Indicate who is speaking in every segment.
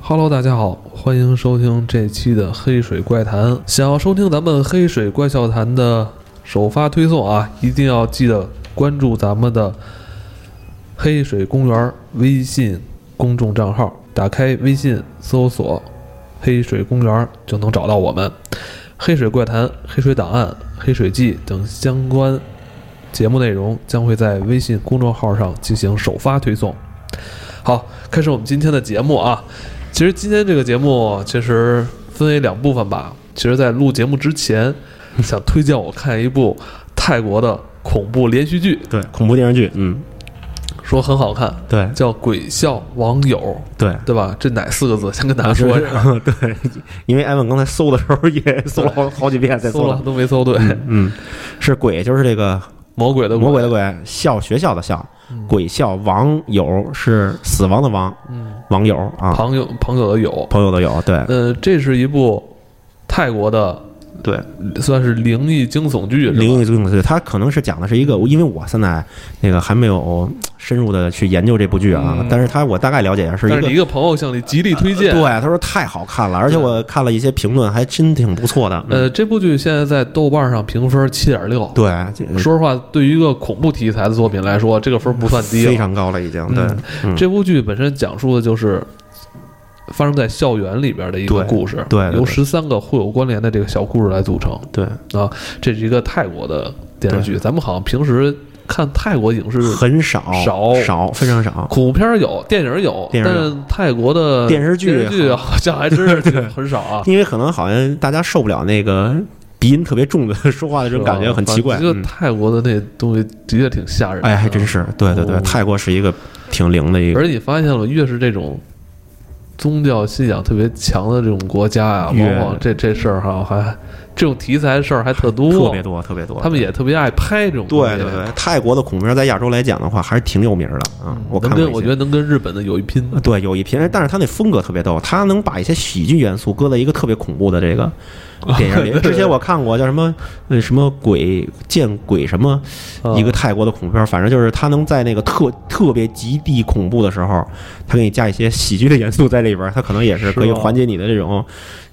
Speaker 1: Hello，大家好，欢迎收听这期的《黑水怪谈》。想要收听咱们《黑水怪笑谈》的首发推送啊，一定要记得关注咱们的黑水公园微信公众账号，打开微信搜索“黑水公园”就能找到我们。黑水怪谈、黑水档案、黑水记等相关节目内容将会在微信公众号上进行首发推送。好，开始我们今天的节目啊。其实今天这个节目其实分为两部分吧。其实，在录节目之前，想推荐我看一部泰国的恐怖连续剧，
Speaker 2: 对，恐怖电视剧，嗯，
Speaker 1: 说很好看，
Speaker 2: 对
Speaker 1: 叫《鬼笑网友
Speaker 2: 对》，。
Speaker 1: 对吧？这哪四个字？先跟大家说一下，
Speaker 2: 下，对，因为艾文刚才搜的时候也搜了好好几遍， 再
Speaker 1: 搜
Speaker 2: 搜
Speaker 1: 了
Speaker 2: 了，
Speaker 1: 都没搜对，
Speaker 2: 嗯嗯，是鬼，就是这个
Speaker 1: 魔鬼的
Speaker 2: 魔鬼的鬼，校学校的校，
Speaker 1: 嗯
Speaker 2: 鬼校网友是死亡的亡，
Speaker 1: 嗯，
Speaker 2: 网友啊，嗯
Speaker 1: 朋友朋友的友，
Speaker 2: 朋友的友，对
Speaker 1: 呃，这是一部泰国的，
Speaker 2: 对，
Speaker 1: 算是灵异惊悚剧，是吧
Speaker 2: 灵异作用对，他可能是讲的是一个，因为我现在那个还没有深入的去研究这部剧啊
Speaker 1: 嗯，
Speaker 2: 但是他我大概了解一下是
Speaker 1: 但
Speaker 2: 一
Speaker 1: 是
Speaker 2: 个
Speaker 1: 你一。个朋友向你极力推荐，
Speaker 2: 对，他说太好看了，而且我看了一些评论，还真挺不错的。嗯
Speaker 1: 呃，这部剧现在在豆瓣上评分七点六，
Speaker 2: 对，这个
Speaker 1: 说实话，对于一个恐怖题材的作品来说，这个分儿不算低
Speaker 2: 非
Speaker 1: 了。
Speaker 2: 常高了，已经。
Speaker 1: 嗯
Speaker 2: 对，嗯
Speaker 1: 这部剧本身讲述的就是发生在校园里边的一个
Speaker 2: 对
Speaker 1: 故事，
Speaker 2: 对对对
Speaker 1: 由十三个互有关联的这个小故事来组成。
Speaker 2: 对，
Speaker 1: 这是一个泰国的电视剧，咱们好像平时看泰国影视
Speaker 2: 很少
Speaker 1: 少
Speaker 2: 少非常少。
Speaker 1: 恐怖片儿有，电影有，
Speaker 2: 电影
Speaker 1: 但
Speaker 2: 有
Speaker 1: 是泰国的
Speaker 2: 电视剧
Speaker 1: 电视剧好像还真是很少 啊。
Speaker 2: 因为可能好像大家受不了那个鼻音特别重的说话的这种感觉，很奇怪。
Speaker 1: 啊就
Speaker 2: 嗯
Speaker 1: 泰国的那东西的确挺吓人的。
Speaker 2: 哎，还真是，对对对
Speaker 1: 哦，
Speaker 2: 泰国是一个挺灵的一个
Speaker 1: 而且你发现了吗，越是这种宗教信仰特别强的这种国家啊，
Speaker 2: 越
Speaker 1: 往往这这事儿哈、还这种题材的事儿还特多，
Speaker 2: 特别多，特别多。
Speaker 1: 他们也特别爱拍这种东
Speaker 2: 对
Speaker 1: 西啊
Speaker 2: 对对，泰国的恐怖片在亚洲来讲的话，还是挺有名的啊
Speaker 1: 嗯。
Speaker 2: 我看
Speaker 1: 能
Speaker 2: 过一
Speaker 1: 跟
Speaker 2: 些，
Speaker 1: 我觉得能跟日本的有一 拼。
Speaker 2: 对，有一批，但是他那风格特别逗，他能把一些喜剧元素搁在一个特别恐怖的这 个电影里。
Speaker 1: 对
Speaker 2: 之前我看过叫什么呃什么鬼见鬼什么
Speaker 1: 嗯
Speaker 2: 一个泰国的恐怖片，反正就是他能在那个特特别极地恐怖的时候，他给你加一些喜剧的元素在里边儿，他可能也是
Speaker 1: 是
Speaker 2: 可以
Speaker 1: 吗
Speaker 2: 缓解你的这种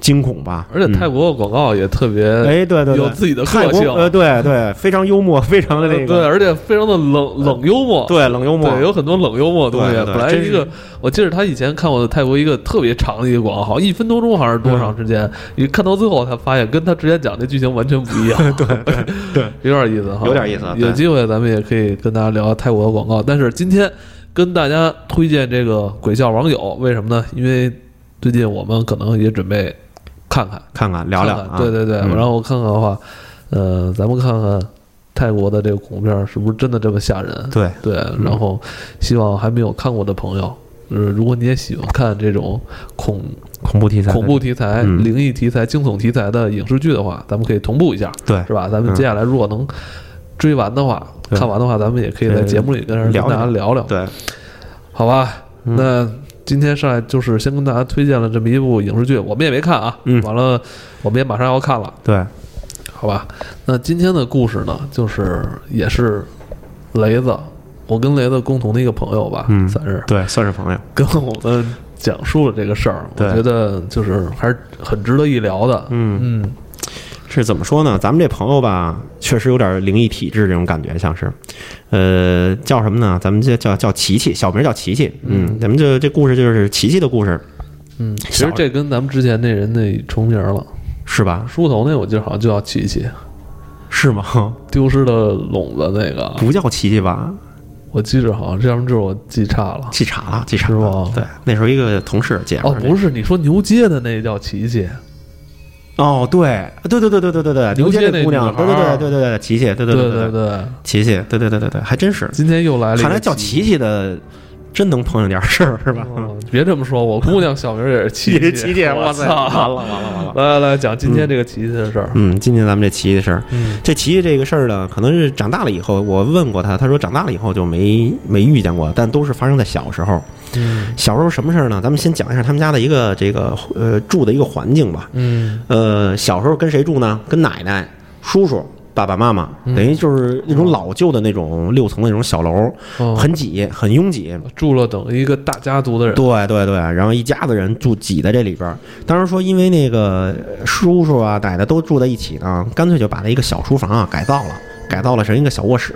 Speaker 2: 惊恐吧。
Speaker 1: 而且
Speaker 2: 嗯
Speaker 1: 泰国的广告也特别
Speaker 2: 哎对对
Speaker 1: 有
Speaker 2: 对，
Speaker 1: 自己的
Speaker 2: 泰
Speaker 1: 个
Speaker 2: 国
Speaker 1: 性，啊
Speaker 2: 呃对对，非常幽默，非常的那
Speaker 1: 对，
Speaker 2: 个
Speaker 1: 而且非常的冷冷幽默。
Speaker 2: 对冷幽默，
Speaker 1: 对，有很多冷幽默的东西。啊
Speaker 2: 对对对
Speaker 1: 本来
Speaker 2: 真
Speaker 1: 一
Speaker 2: 是
Speaker 1: 个，我记得他以前看过的泰国一个特别长的一个广告，好像一分多钟还是多
Speaker 2: 嗯
Speaker 1: 长时间？你看到最后才发现，跟他之前讲的剧情完全不一样。对对
Speaker 2: 对，
Speaker 1: 有点意思哈，
Speaker 2: 有点意思啊对
Speaker 1: 有机会咱们也可以跟大家聊泰国的广告，但是今天跟大家推荐这个《鬼笑网友》，为什么呢？因为最近我们可能也准备看看
Speaker 2: 看看聊聊
Speaker 1: 看看
Speaker 2: 啊，
Speaker 1: 对对对，
Speaker 2: 嗯
Speaker 1: 然后我看看的话，呃，咱们看看泰国的这个恐怖片儿是不是真的这么吓人？
Speaker 2: 对。
Speaker 1: 对，然后希望还没有看过的朋友，呃，如果你也喜欢看这种恐
Speaker 2: 恐怖题材，
Speaker 1: 恐怖题材、
Speaker 2: 嗯
Speaker 1: 灵异题材、惊悚题材的影视剧的话，咱们可以同步一下，
Speaker 2: 对
Speaker 1: 是吧？咱们接下来如果能追完的话，
Speaker 2: 对
Speaker 1: 看完的话，咱们也可以在
Speaker 2: 对
Speaker 1: 节目里跟人跟
Speaker 2: 嗯聊
Speaker 1: 大家聊聊，
Speaker 2: 对，
Speaker 1: 好吧？
Speaker 2: 嗯
Speaker 1: 那今天上来就是先跟大家推荐了这么一部影视剧，我们也没看啊，
Speaker 2: 嗯
Speaker 1: 完了我们也马上要看了，
Speaker 2: 对，
Speaker 1: 好吧？那今天的故事呢，就是也是雷子，我跟雷子共同的一个朋友吧，
Speaker 2: 嗯
Speaker 1: 算是
Speaker 2: 对，算是朋友。
Speaker 1: 跟我们讲述了这个事儿，我
Speaker 2: 对
Speaker 1: 觉得就是还是很值得一聊的。
Speaker 2: 嗯，
Speaker 1: 嗯
Speaker 2: 是怎么说呢？咱们这朋友吧，确实有点灵异体质这种感觉，像是，呃，叫什么呢？咱们这叫叫琪琪，小名叫琪琪。嗯，咱们这这故事就是琪琪的故事，
Speaker 1: 嗯，其实
Speaker 2: 小
Speaker 1: 这跟咱们之前那人那重名了，
Speaker 2: 是吧？
Speaker 1: 梳头那我记得好像就叫琪琪，
Speaker 2: 是吗？
Speaker 1: 丢失的笼子那个，
Speaker 2: 不叫琪琪吧？
Speaker 1: 我记着好像这要不就是我记差了。
Speaker 2: 记岔了，记岔
Speaker 1: 是吗
Speaker 2: 了。对，那时候一个同事姐们
Speaker 1: 哦，
Speaker 2: 儿
Speaker 1: 不是，你说牛街的那叫琪琪，
Speaker 2: 哦，对，对对对对对对对，
Speaker 1: 牛
Speaker 2: 牛
Speaker 1: 街
Speaker 2: 街
Speaker 1: 那
Speaker 2: 那姑娘，
Speaker 1: 女孩
Speaker 2: 对
Speaker 1: 儿
Speaker 2: 对对对对对，琪琪，对对
Speaker 1: 对
Speaker 2: 对，
Speaker 1: 对，
Speaker 2: 琪琪，对对对对对，还真是。
Speaker 1: 今天又来了一个，
Speaker 2: 看来叫琪琪的，真能碰上点事儿，是吧？
Speaker 1: 哦。别这么说，我姑娘小名也是琪
Speaker 2: 嗯也
Speaker 1: 琪，
Speaker 2: 是琪姐
Speaker 1: 我
Speaker 2: 哇塞
Speaker 1: 操！
Speaker 2: 完了完了！
Speaker 1: 来来来，讲今天这个琪琪的事儿。
Speaker 2: 嗯，今天咱们这奇异的事儿，
Speaker 1: 嗯
Speaker 2: 这奇异这个事儿呢，可能是长大了以后，我问过他，他说长大了以后就没没遇见过，但都是发生在小时候。
Speaker 1: 嗯
Speaker 2: 小时候什么事儿呢？咱们先讲一下他们家的一个这个呃住的一个环境吧。
Speaker 1: 嗯
Speaker 2: 呃，小时候跟谁住呢？跟奶奶、叔叔、爸爸妈妈，
Speaker 1: 嗯
Speaker 2: 等于就是那种老旧的那种六层的那种小楼，
Speaker 1: 哦
Speaker 2: 很挤，很拥挤。
Speaker 1: 住了等于一个大家族的人，
Speaker 2: 对对对，然后一家子人住挤在这里边儿。当时说，因为那个叔叔啊、奶奶都住在一起呢，干脆就把那一个小书房啊改造了，改造了成一个小卧室。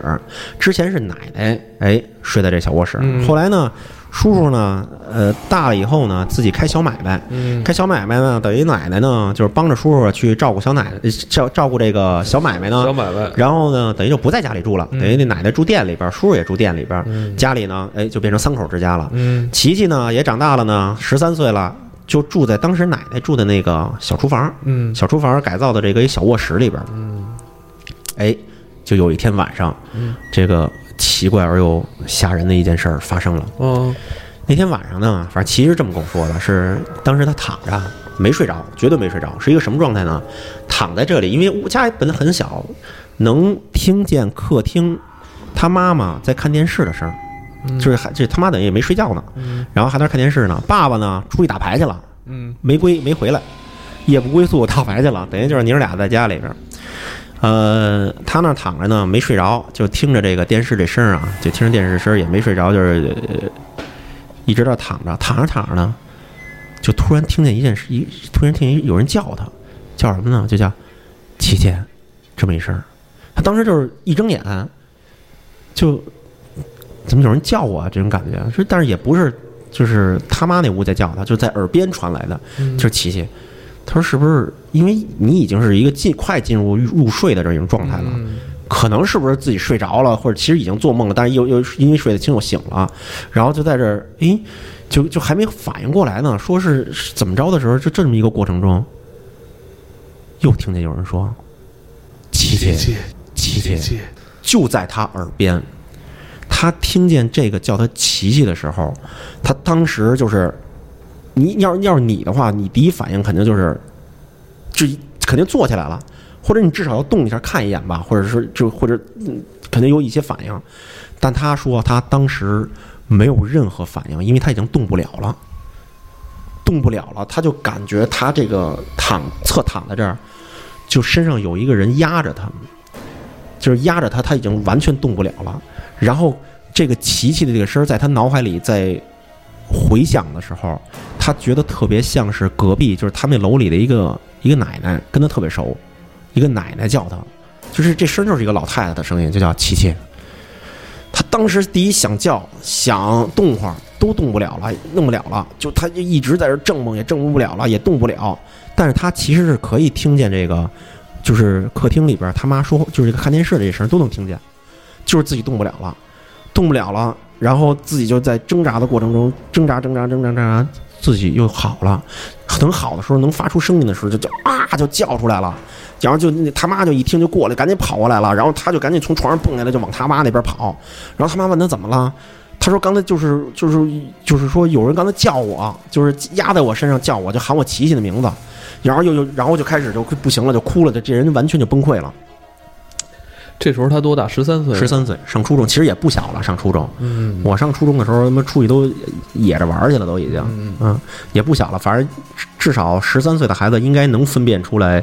Speaker 2: 之前是奶奶哎睡在这小卧室，
Speaker 1: 嗯
Speaker 2: 后来呢，叔叔呢，呃，大了以后呢，自己开小买卖，
Speaker 1: 嗯，
Speaker 2: 开小买卖呢，等于奶奶呢就是帮着叔叔去照顾小奶奶，照照顾这个小买卖呢，
Speaker 1: 小买卖，
Speaker 2: 然后呢，等于就不在家里住了，
Speaker 1: 嗯
Speaker 2: 等于那奶奶住店里边，叔叔也住店里边，
Speaker 1: 嗯
Speaker 2: 家里呢，哎，就变成三口之家了。
Speaker 1: 嗯
Speaker 2: 琪琪呢也长大了呢，十三岁了，就住在当时奶奶住的那个小厨房，
Speaker 1: 嗯
Speaker 2: 小厨房改造的这个一小卧室里边。嗯，哎，就有一天晚上，这个奇怪而又吓人的一件事儿发生了。
Speaker 1: 哦
Speaker 2: 那天晚上呢，反正琪琪是这么跟我说的，是当时他躺着没睡着，绝对没睡着，是一个什么状态呢？躺在这里，因为我家本来很小，能听见客厅他妈妈在看电视的声儿，就是还这他妈等于也没睡觉呢，然后还在那儿看电视呢。爸爸呢出去打牌去了，
Speaker 1: 嗯
Speaker 2: 没归没回来，夜不归宿打牌去了，等于就是娘儿俩在家里边儿。呃，他那儿躺着呢，没睡着，就听着这个电视这声儿啊，就听着电视声儿也没睡着，就是、呃、一直到躺着，躺着躺着呢，就突然听见一件事，一突然听见有人叫他，叫什么呢？就叫琪琪，这么一声儿。他当时就是一睁眼，就怎么有人叫我、啊、这种感觉，是但是也不是，就是他妈那屋在叫他，就在耳边传来的。
Speaker 1: 嗯
Speaker 2: 就是琪琪，他说是不是因为你已经是一个进快进入入睡的这么一种状态了？
Speaker 1: 嗯
Speaker 2: 可能是不是自己睡着了，或者其实已经做梦了，但是又又因为睡得轻又醒了，然后就在这儿，诶，就就还没反应过来呢，说是是怎么着的时候，就这么一个过程中，又听见有人说：“琪
Speaker 1: 琪
Speaker 2: 琪，
Speaker 1: 琪琪
Speaker 2: 琪琪，
Speaker 1: 琪，
Speaker 2: 就在他耳边。”他听见这个叫他琪琪的时候，他当时就是，你要要是你的话，你第一反应肯定就是，就肯定坐起来了，或者你至少要动一下看一眼吧，或者是就或者、嗯、肯定有一些反应。但他说他当时没有任何反应，因为他已经动不了了，动不了了，他就感觉他这个躺侧躺在这儿，就身上有一个人压着他，就是压着他，他已经完全动不了了。然后这个琪琪的这个声儿在他脑海里在回响的时候，他觉得特别像是隔壁，就是他们楼里的一个一个奶奶，跟他特别熟，一个奶奶叫他，就是这声儿就是一个老太太的声音，就叫琪琪。他当时第一想叫，想动会儿都动不了了，弄不了了，就他就一直在这儿挣梦，也挣不了了，也动不了。但是他其实是可以听见这个，就是客厅里边儿他妈说，就是这个看电视的这声儿都能听见，就是自己动不了了，动不了了，然后自己就在挣扎的过程中挣扎挣扎挣扎挣扎，自己又好了。等好的时候，能发出声音的时候，就就啊就叫出来了。然后就那他妈就一听就过来，赶紧跑过来了。然后他就赶紧从床上蹦下来，就往他妈那边跑。然后他妈问他怎么了，他说刚才就是就是就是说有人刚才叫我，就是压在我身上叫我，就喊我琪琪的名字。然后又又然后就开始就不行了，就哭了，就这人完全就崩溃了。
Speaker 1: 这时候他多大？十三岁，啊
Speaker 2: 十，三岁上初中，其实也不小了，上初中。
Speaker 1: 嗯
Speaker 2: 我上初中的时候，他妈出去都野着玩儿去了，都已经，
Speaker 1: 嗯
Speaker 2: 嗯，也不小了。反正至至少十三岁的孩子应该能分辨出来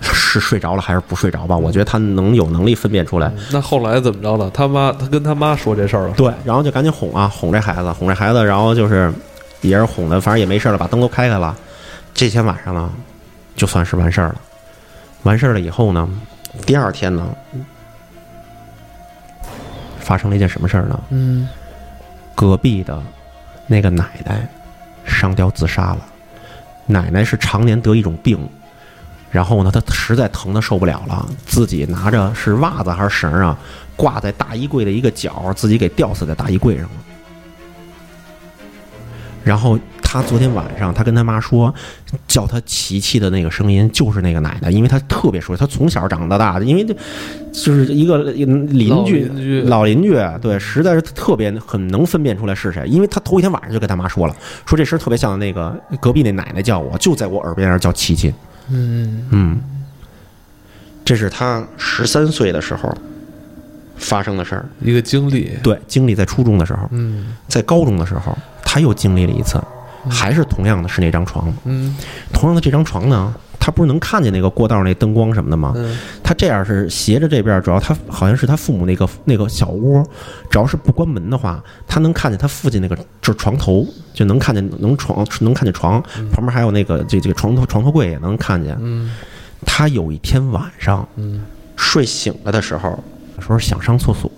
Speaker 2: 是睡着了还是不睡着吧。我觉得他能有能力分辨出来。
Speaker 1: 那后来怎么着了？他妈，他跟他妈说这事儿了，
Speaker 2: 对，然后就赶紧哄啊，哄这孩子，哄这孩子，然后就是也是哄的，反正也没事了，把灯都开开了。这天晚上呢，就算是完事儿了。完事儿了以后呢，第二天呢，发生了一件什么事儿呢？
Speaker 1: 嗯，
Speaker 2: 隔壁的那个奶奶上吊自杀了。奶奶是常年得一种病，然后呢，她实在疼的受不了了，自己拿着是袜子还是绳儿啊，挂在大衣柜的一个角，自己给吊死在大衣柜上了。然后她昨天晚上，她跟她妈说，叫她琪琪的那个声音就是那个奶奶，因为她特别熟悉，她从小长到大的，因为这就是一个邻
Speaker 1: 老
Speaker 2: 居
Speaker 1: 邻居
Speaker 2: 老邻居，对，实在是特别很能分辨出来是谁，因为他头一天晚上就跟他妈说了，说这声儿特别像那个隔壁那奶奶叫我，就在我耳边那儿叫琪琪。
Speaker 1: 嗯
Speaker 2: 嗯，这是他十三岁的时候发生的事儿。
Speaker 1: 一个经历，
Speaker 2: 对，经历在初中的时候，
Speaker 1: 嗯
Speaker 2: 在高中的时候，他又经历了一次，还是同样的是那张床，
Speaker 1: 嗯
Speaker 2: 同样的这张床呢，他不是能看见那个过道那灯光什么的吗？
Speaker 1: 嗯
Speaker 2: 他这样是斜着这边，主要他好像是他父母那个那个小窝，只要是不关门的话，他能看见他父亲那个就是床头，就能看见能床 能看见床旁边还有那个这这个床头床头柜也能看见。
Speaker 1: 嗯
Speaker 2: 他有一天晚上
Speaker 1: 嗯
Speaker 2: 睡醒了的时候，说想上厕所，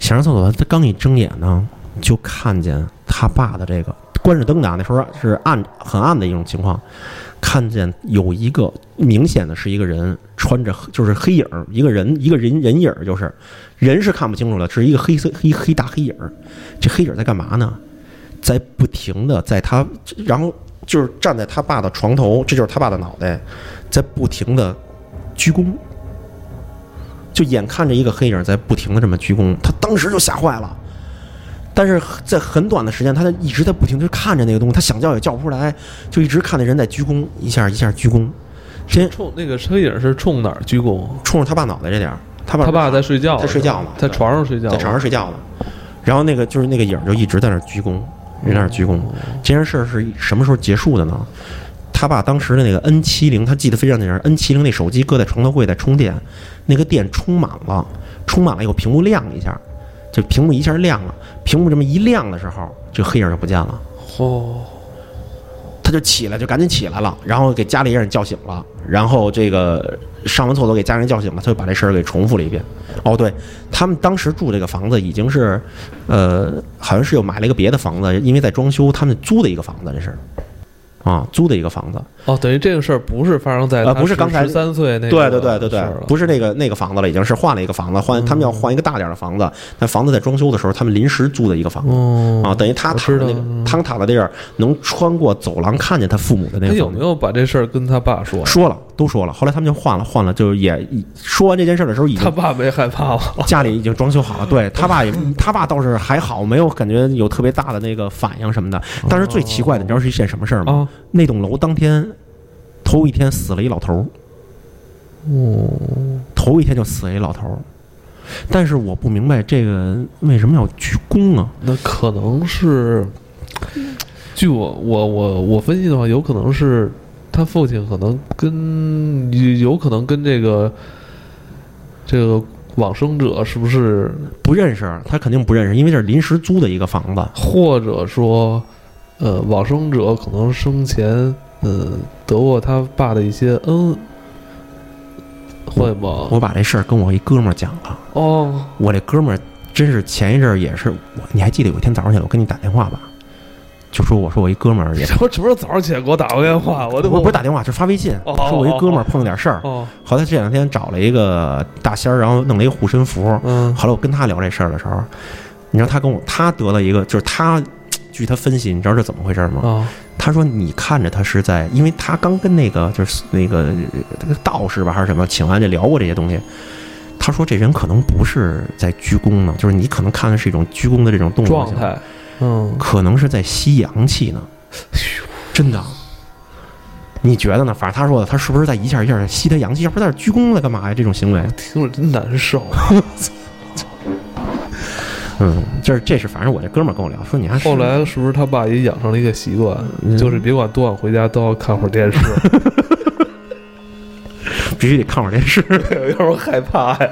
Speaker 2: 想上厕所，他刚一睁眼呢，就看见他爸的这个关着灯的啊，那时候是暗很暗的一种情况，看见有一个明显的是一个人穿着黑就是黑影儿，一个人一个人人影儿，就是人是看不清楚了，是一个黑色黑黑大黑影儿。这黑影儿在干嘛呢？在不停的在他，然后就是站在他爸的床头，这就是他爸的脑袋，在不停的鞠躬。就眼看着一个黑影在不停的这么鞠躬，他当时就吓坏了。但是在很短的时间，他在一直在不停地看着那个东西，他想叫也叫不出来，就一直看那人在鞠躬，一下一下鞠躬，先
Speaker 1: 冲那个车影是冲哪儿鞠躬？
Speaker 2: 冲着他爸脑袋这点儿，他爸
Speaker 1: 他爸在睡觉，
Speaker 2: 在睡觉呢，
Speaker 1: 在床上睡觉，
Speaker 2: 在床上睡觉呢。然后那个就是那个影儿就一直在那儿鞠躬，一直在那儿鞠躬。这件事儿是什么时候结束的呢？他把当时的那个 N 七零，他记得非常清楚，N 七零那手机搁在床头柜在充电，那个电充满了，充满了以后屏幕亮一下，就屏幕一下亮了，屏幕这么一亮的时候，这个黑影就不见了。
Speaker 1: 哦，
Speaker 2: 他就起来，就赶紧起来了，然后给家里人叫醒了，然后这个上完厕所给家人叫醒了，他就把这事儿给重复了一遍。哦，对，他们当时住这个房子已经是，呃，好像是又买了一个别的房子，因为在装修，他们租的一个房子，这是，啊，租的一个房子。
Speaker 1: 哦，等于这个事儿不是发生在
Speaker 2: 呃不是刚才
Speaker 1: 十三岁那个
Speaker 2: 对对对对对
Speaker 1: 事儿了，
Speaker 2: 不是那个那个房子了，已经是换了一个房子，换他们要换一个大点儿的房子，但房子在装修的时候，他们临时租的一个房子。
Speaker 1: 哦
Speaker 2: 啊，等于他
Speaker 1: 我
Speaker 2: 躺
Speaker 1: 知道
Speaker 2: 的那个，他躺的地儿能穿过走廊看见他父母的那
Speaker 1: 他
Speaker 2: 个
Speaker 1: 有
Speaker 2: 房子
Speaker 1: 没。有把这事儿跟他爸说呀？
Speaker 2: 说了，都说了。后来他们就换了，换了，就是也说完这件事儿的时候，已
Speaker 1: 他
Speaker 2: 经
Speaker 1: 爸没害怕吗？
Speaker 2: 家里已经装修好了。 对他爸也，他爸倒是还好，没有感觉有特别大的那个反应什么的。
Speaker 1: 哦
Speaker 2: 但是最奇怪的，你知道是一件什么事儿吗？
Speaker 1: 啊，
Speaker 2: 那栋楼当天头一天死了一老头儿，
Speaker 1: 哦，
Speaker 2: 头一天就死了一老头儿。但是我不明白这个为什么要鞠躬啊？
Speaker 1: 那可能是，据我我我我分析的话，有可能是他父亲可能跟有有可能跟这个这个往生者是不是，
Speaker 2: 不认识，他肯定不认识，因为这是临时租的一个房子。
Speaker 1: 或者说，呃，往生者可能生前呃得过他爸的一些恩，会吗？
Speaker 2: 我把这事儿跟我一哥们儿讲了。
Speaker 1: 哦，
Speaker 2: 我这哥们儿真是前一阵儿也是，我你还记得有一天早上起来我跟你打电话吧，就说我说我一哥们儿也
Speaker 1: 什么什么时候早上起来给我打过电话？我都
Speaker 2: 我不是打电话，就发微信，
Speaker 1: 哦
Speaker 2: 说我一哥们儿碰了点事儿，
Speaker 1: 哦，
Speaker 2: 后来这两天找了一个大仙儿，然后弄了一个护身符。
Speaker 1: 嗯
Speaker 2: 后来我跟他聊这事儿的时候，你知道他跟我他得了一个，就是他据他分析，你知道这怎么回事吗？
Speaker 1: 啊
Speaker 2: 他说你看着他是在，因为他刚跟那个就是那个这个道士吧还是什么请安这聊过这些东西。他说这人可能不是在鞠躬呢，就是你可能看的是一种鞠躬的这种动作
Speaker 1: 状，态，嗯，
Speaker 2: 可能是在吸阳气呢。真的，你觉得呢？反正他说的，他是不是在一下一下地吸他阳气？要不在这鞠躬了干嘛呀？这种行为，
Speaker 1: 哎听着真难受。啊
Speaker 2: 嗯，这是这是，反正我这哥们儿跟我聊说你还是
Speaker 1: 后来是不是他爸也养成了一个习惯，
Speaker 2: 嗯
Speaker 1: 就是别管多晚回家都要看会儿 电视，
Speaker 2: 必须得看会儿电视，
Speaker 1: 要不然害怕呀。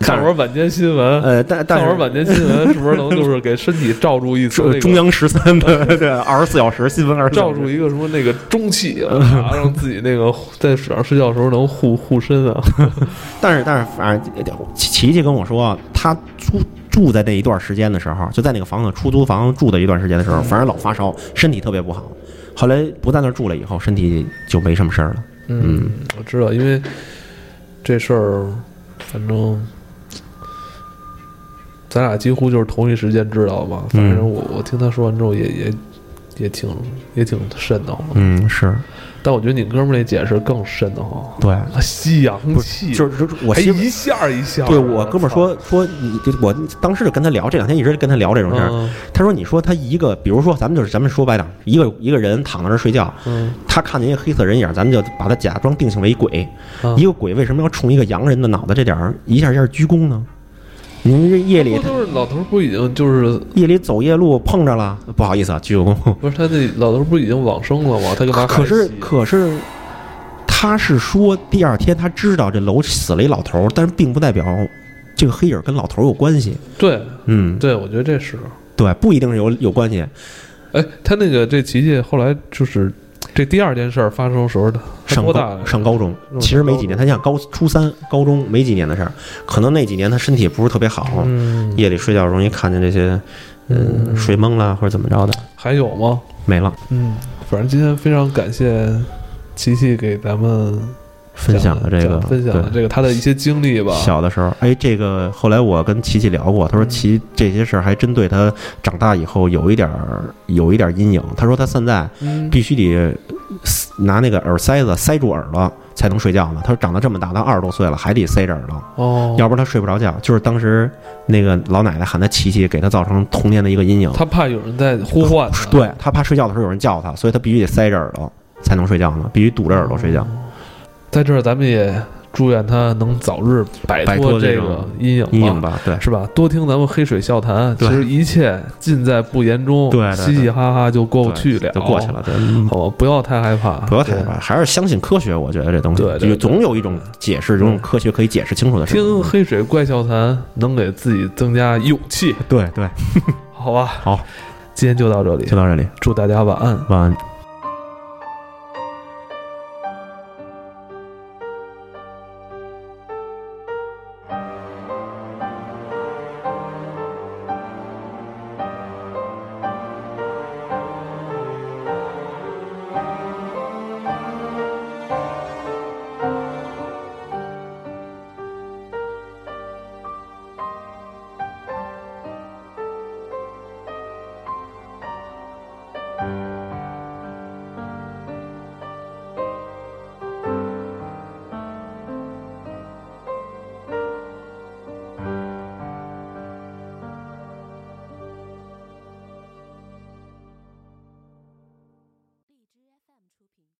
Speaker 1: 看会儿晚间新闻，
Speaker 2: 呃，但但
Speaker 1: 看会儿
Speaker 2: 是。
Speaker 1: 晚间新闻是不是能就是给身体罩住一层
Speaker 2: 中
Speaker 1: 那
Speaker 2: 中
Speaker 1: 个？
Speaker 2: 央十三的对二十四小时新闻二十四
Speaker 1: 罩
Speaker 2: 小时
Speaker 1: 住一个什么那个中气啊，让自己那个在水上睡觉的时候能护护身啊。
Speaker 2: 但是但是，反正呃琪琪琪跟我说，他租住在那一段时间的时候，就在那个房子出租房住的一段时间的时候，反正老发烧，身体特别不好。后来不在那儿住了以后，身体就没什么事儿了。
Speaker 1: 嗯，我知道，因为这事儿，反正咱俩几乎就是同一时间知道嘛。反正我我听他说完之后也，也也挺也挺瘆得慌。
Speaker 2: 嗯，是
Speaker 1: 但我觉得你哥们儿那解释更瘆得慌，
Speaker 2: 对，
Speaker 1: 啊吸阳气，
Speaker 2: 就是就是我
Speaker 1: 还
Speaker 2: 媳妇。
Speaker 1: 一下儿一下儿的。啊
Speaker 2: 对我哥们儿说说你，就我当时就跟他聊，这两天一直跟他聊这种
Speaker 1: 操，
Speaker 2: 事儿。
Speaker 1: 嗯
Speaker 2: 他说：“你说他一个，比如说咱们就是咱们说白点，一个一个人躺在那儿睡觉，
Speaker 1: 嗯
Speaker 2: 他看见一个黑色人影，咱们就把他假装定性为鬼。
Speaker 1: 啊
Speaker 2: 一个鬼为什么要冲一个洋人的脑袋这点儿一下一下鞠躬呢？您这夜里
Speaker 1: 不都是老头儿不已经就是
Speaker 2: 夜里走夜路碰着了，不好意思啊，鞠个躬。
Speaker 1: 不是他那老头儿不已经往生了吗？他干嘛还
Speaker 2: 可是
Speaker 1: 吸
Speaker 2: 可是，他是说第二天他知道这楼死了一老头儿，但是并不代表这个黑影跟老头儿有关系。
Speaker 1: 对
Speaker 2: 嗯，
Speaker 1: 对，我觉得这是。
Speaker 2: 对，不一定是有有关系。
Speaker 1: 哎，他那个这琪琪后来就是这第二件事儿发生的时候，他他
Speaker 2: 上
Speaker 1: 多
Speaker 2: 高
Speaker 1: 大呀？
Speaker 2: 上高中，
Speaker 1: 嗯
Speaker 2: 其实没几年，他想高初三、高中没几年的事儿，可能那几年他身体也不是特别好，
Speaker 1: 嗯，
Speaker 2: 夜里睡觉容易看见这些，嗯，睡懵了或者怎么着的，
Speaker 1: 还有吗？
Speaker 2: 没了。
Speaker 1: 嗯，反正今天非常感谢琪琪给咱们
Speaker 2: 分享
Speaker 1: 的
Speaker 2: 的这个，
Speaker 1: 分享的
Speaker 2: 对，
Speaker 1: 这个他的一些经历吧。
Speaker 2: 小的时候，哎，这个后来我跟琪琪聊过，他说
Speaker 1: 嗯
Speaker 2: 琪这些事儿还真对他长大以后有一点儿有一点儿阴影。他说他现在
Speaker 1: 嗯，
Speaker 2: 必须得撕拿那个耳塞子塞住耳朵才能睡觉呢。他说长到这么大，他二十多岁了还得塞着耳朵，
Speaker 1: 哦，
Speaker 2: 要不然他睡不着觉。就是当时那个老奶奶喊他琪琪，给他造成童年的一个阴影。
Speaker 1: 他怕有人在呼唤他，
Speaker 2: 对他怕睡觉的时候有人叫他，所以他必须得塞着耳朵才能睡觉呢，必须堵着耳朵睡觉。
Speaker 1: 哦在这儿咱们也祝愿他能早日摆
Speaker 2: 摆脱
Speaker 1: 这个
Speaker 2: 这种
Speaker 1: 阴影吧。
Speaker 2: 阴影吧，对。
Speaker 1: 是吧？多听咱们黑水笑谈，其
Speaker 2: 对
Speaker 1: 实一切尽在不言中，
Speaker 2: 对对对
Speaker 1: 嘻嘻哈哈就过
Speaker 2: 对
Speaker 1: 去了，
Speaker 2: 就过去，了，对，
Speaker 1: 好吧？不要太害怕，
Speaker 2: 不要太害
Speaker 1: 啊对。
Speaker 2: 怕，还是相信科学。我觉得这东西，
Speaker 1: 对对
Speaker 2: 就
Speaker 1: 对嗯
Speaker 2: 总有一种解释，这种科学可以解释清楚的事。
Speaker 1: 听黑水怪笑谈能给自己增加勇气，
Speaker 2: 对对，
Speaker 1: 好吧？
Speaker 2: 好，
Speaker 1: 今天就到这里
Speaker 2: 就，到这里，
Speaker 1: 祝大家晚安。
Speaker 2: 晚安。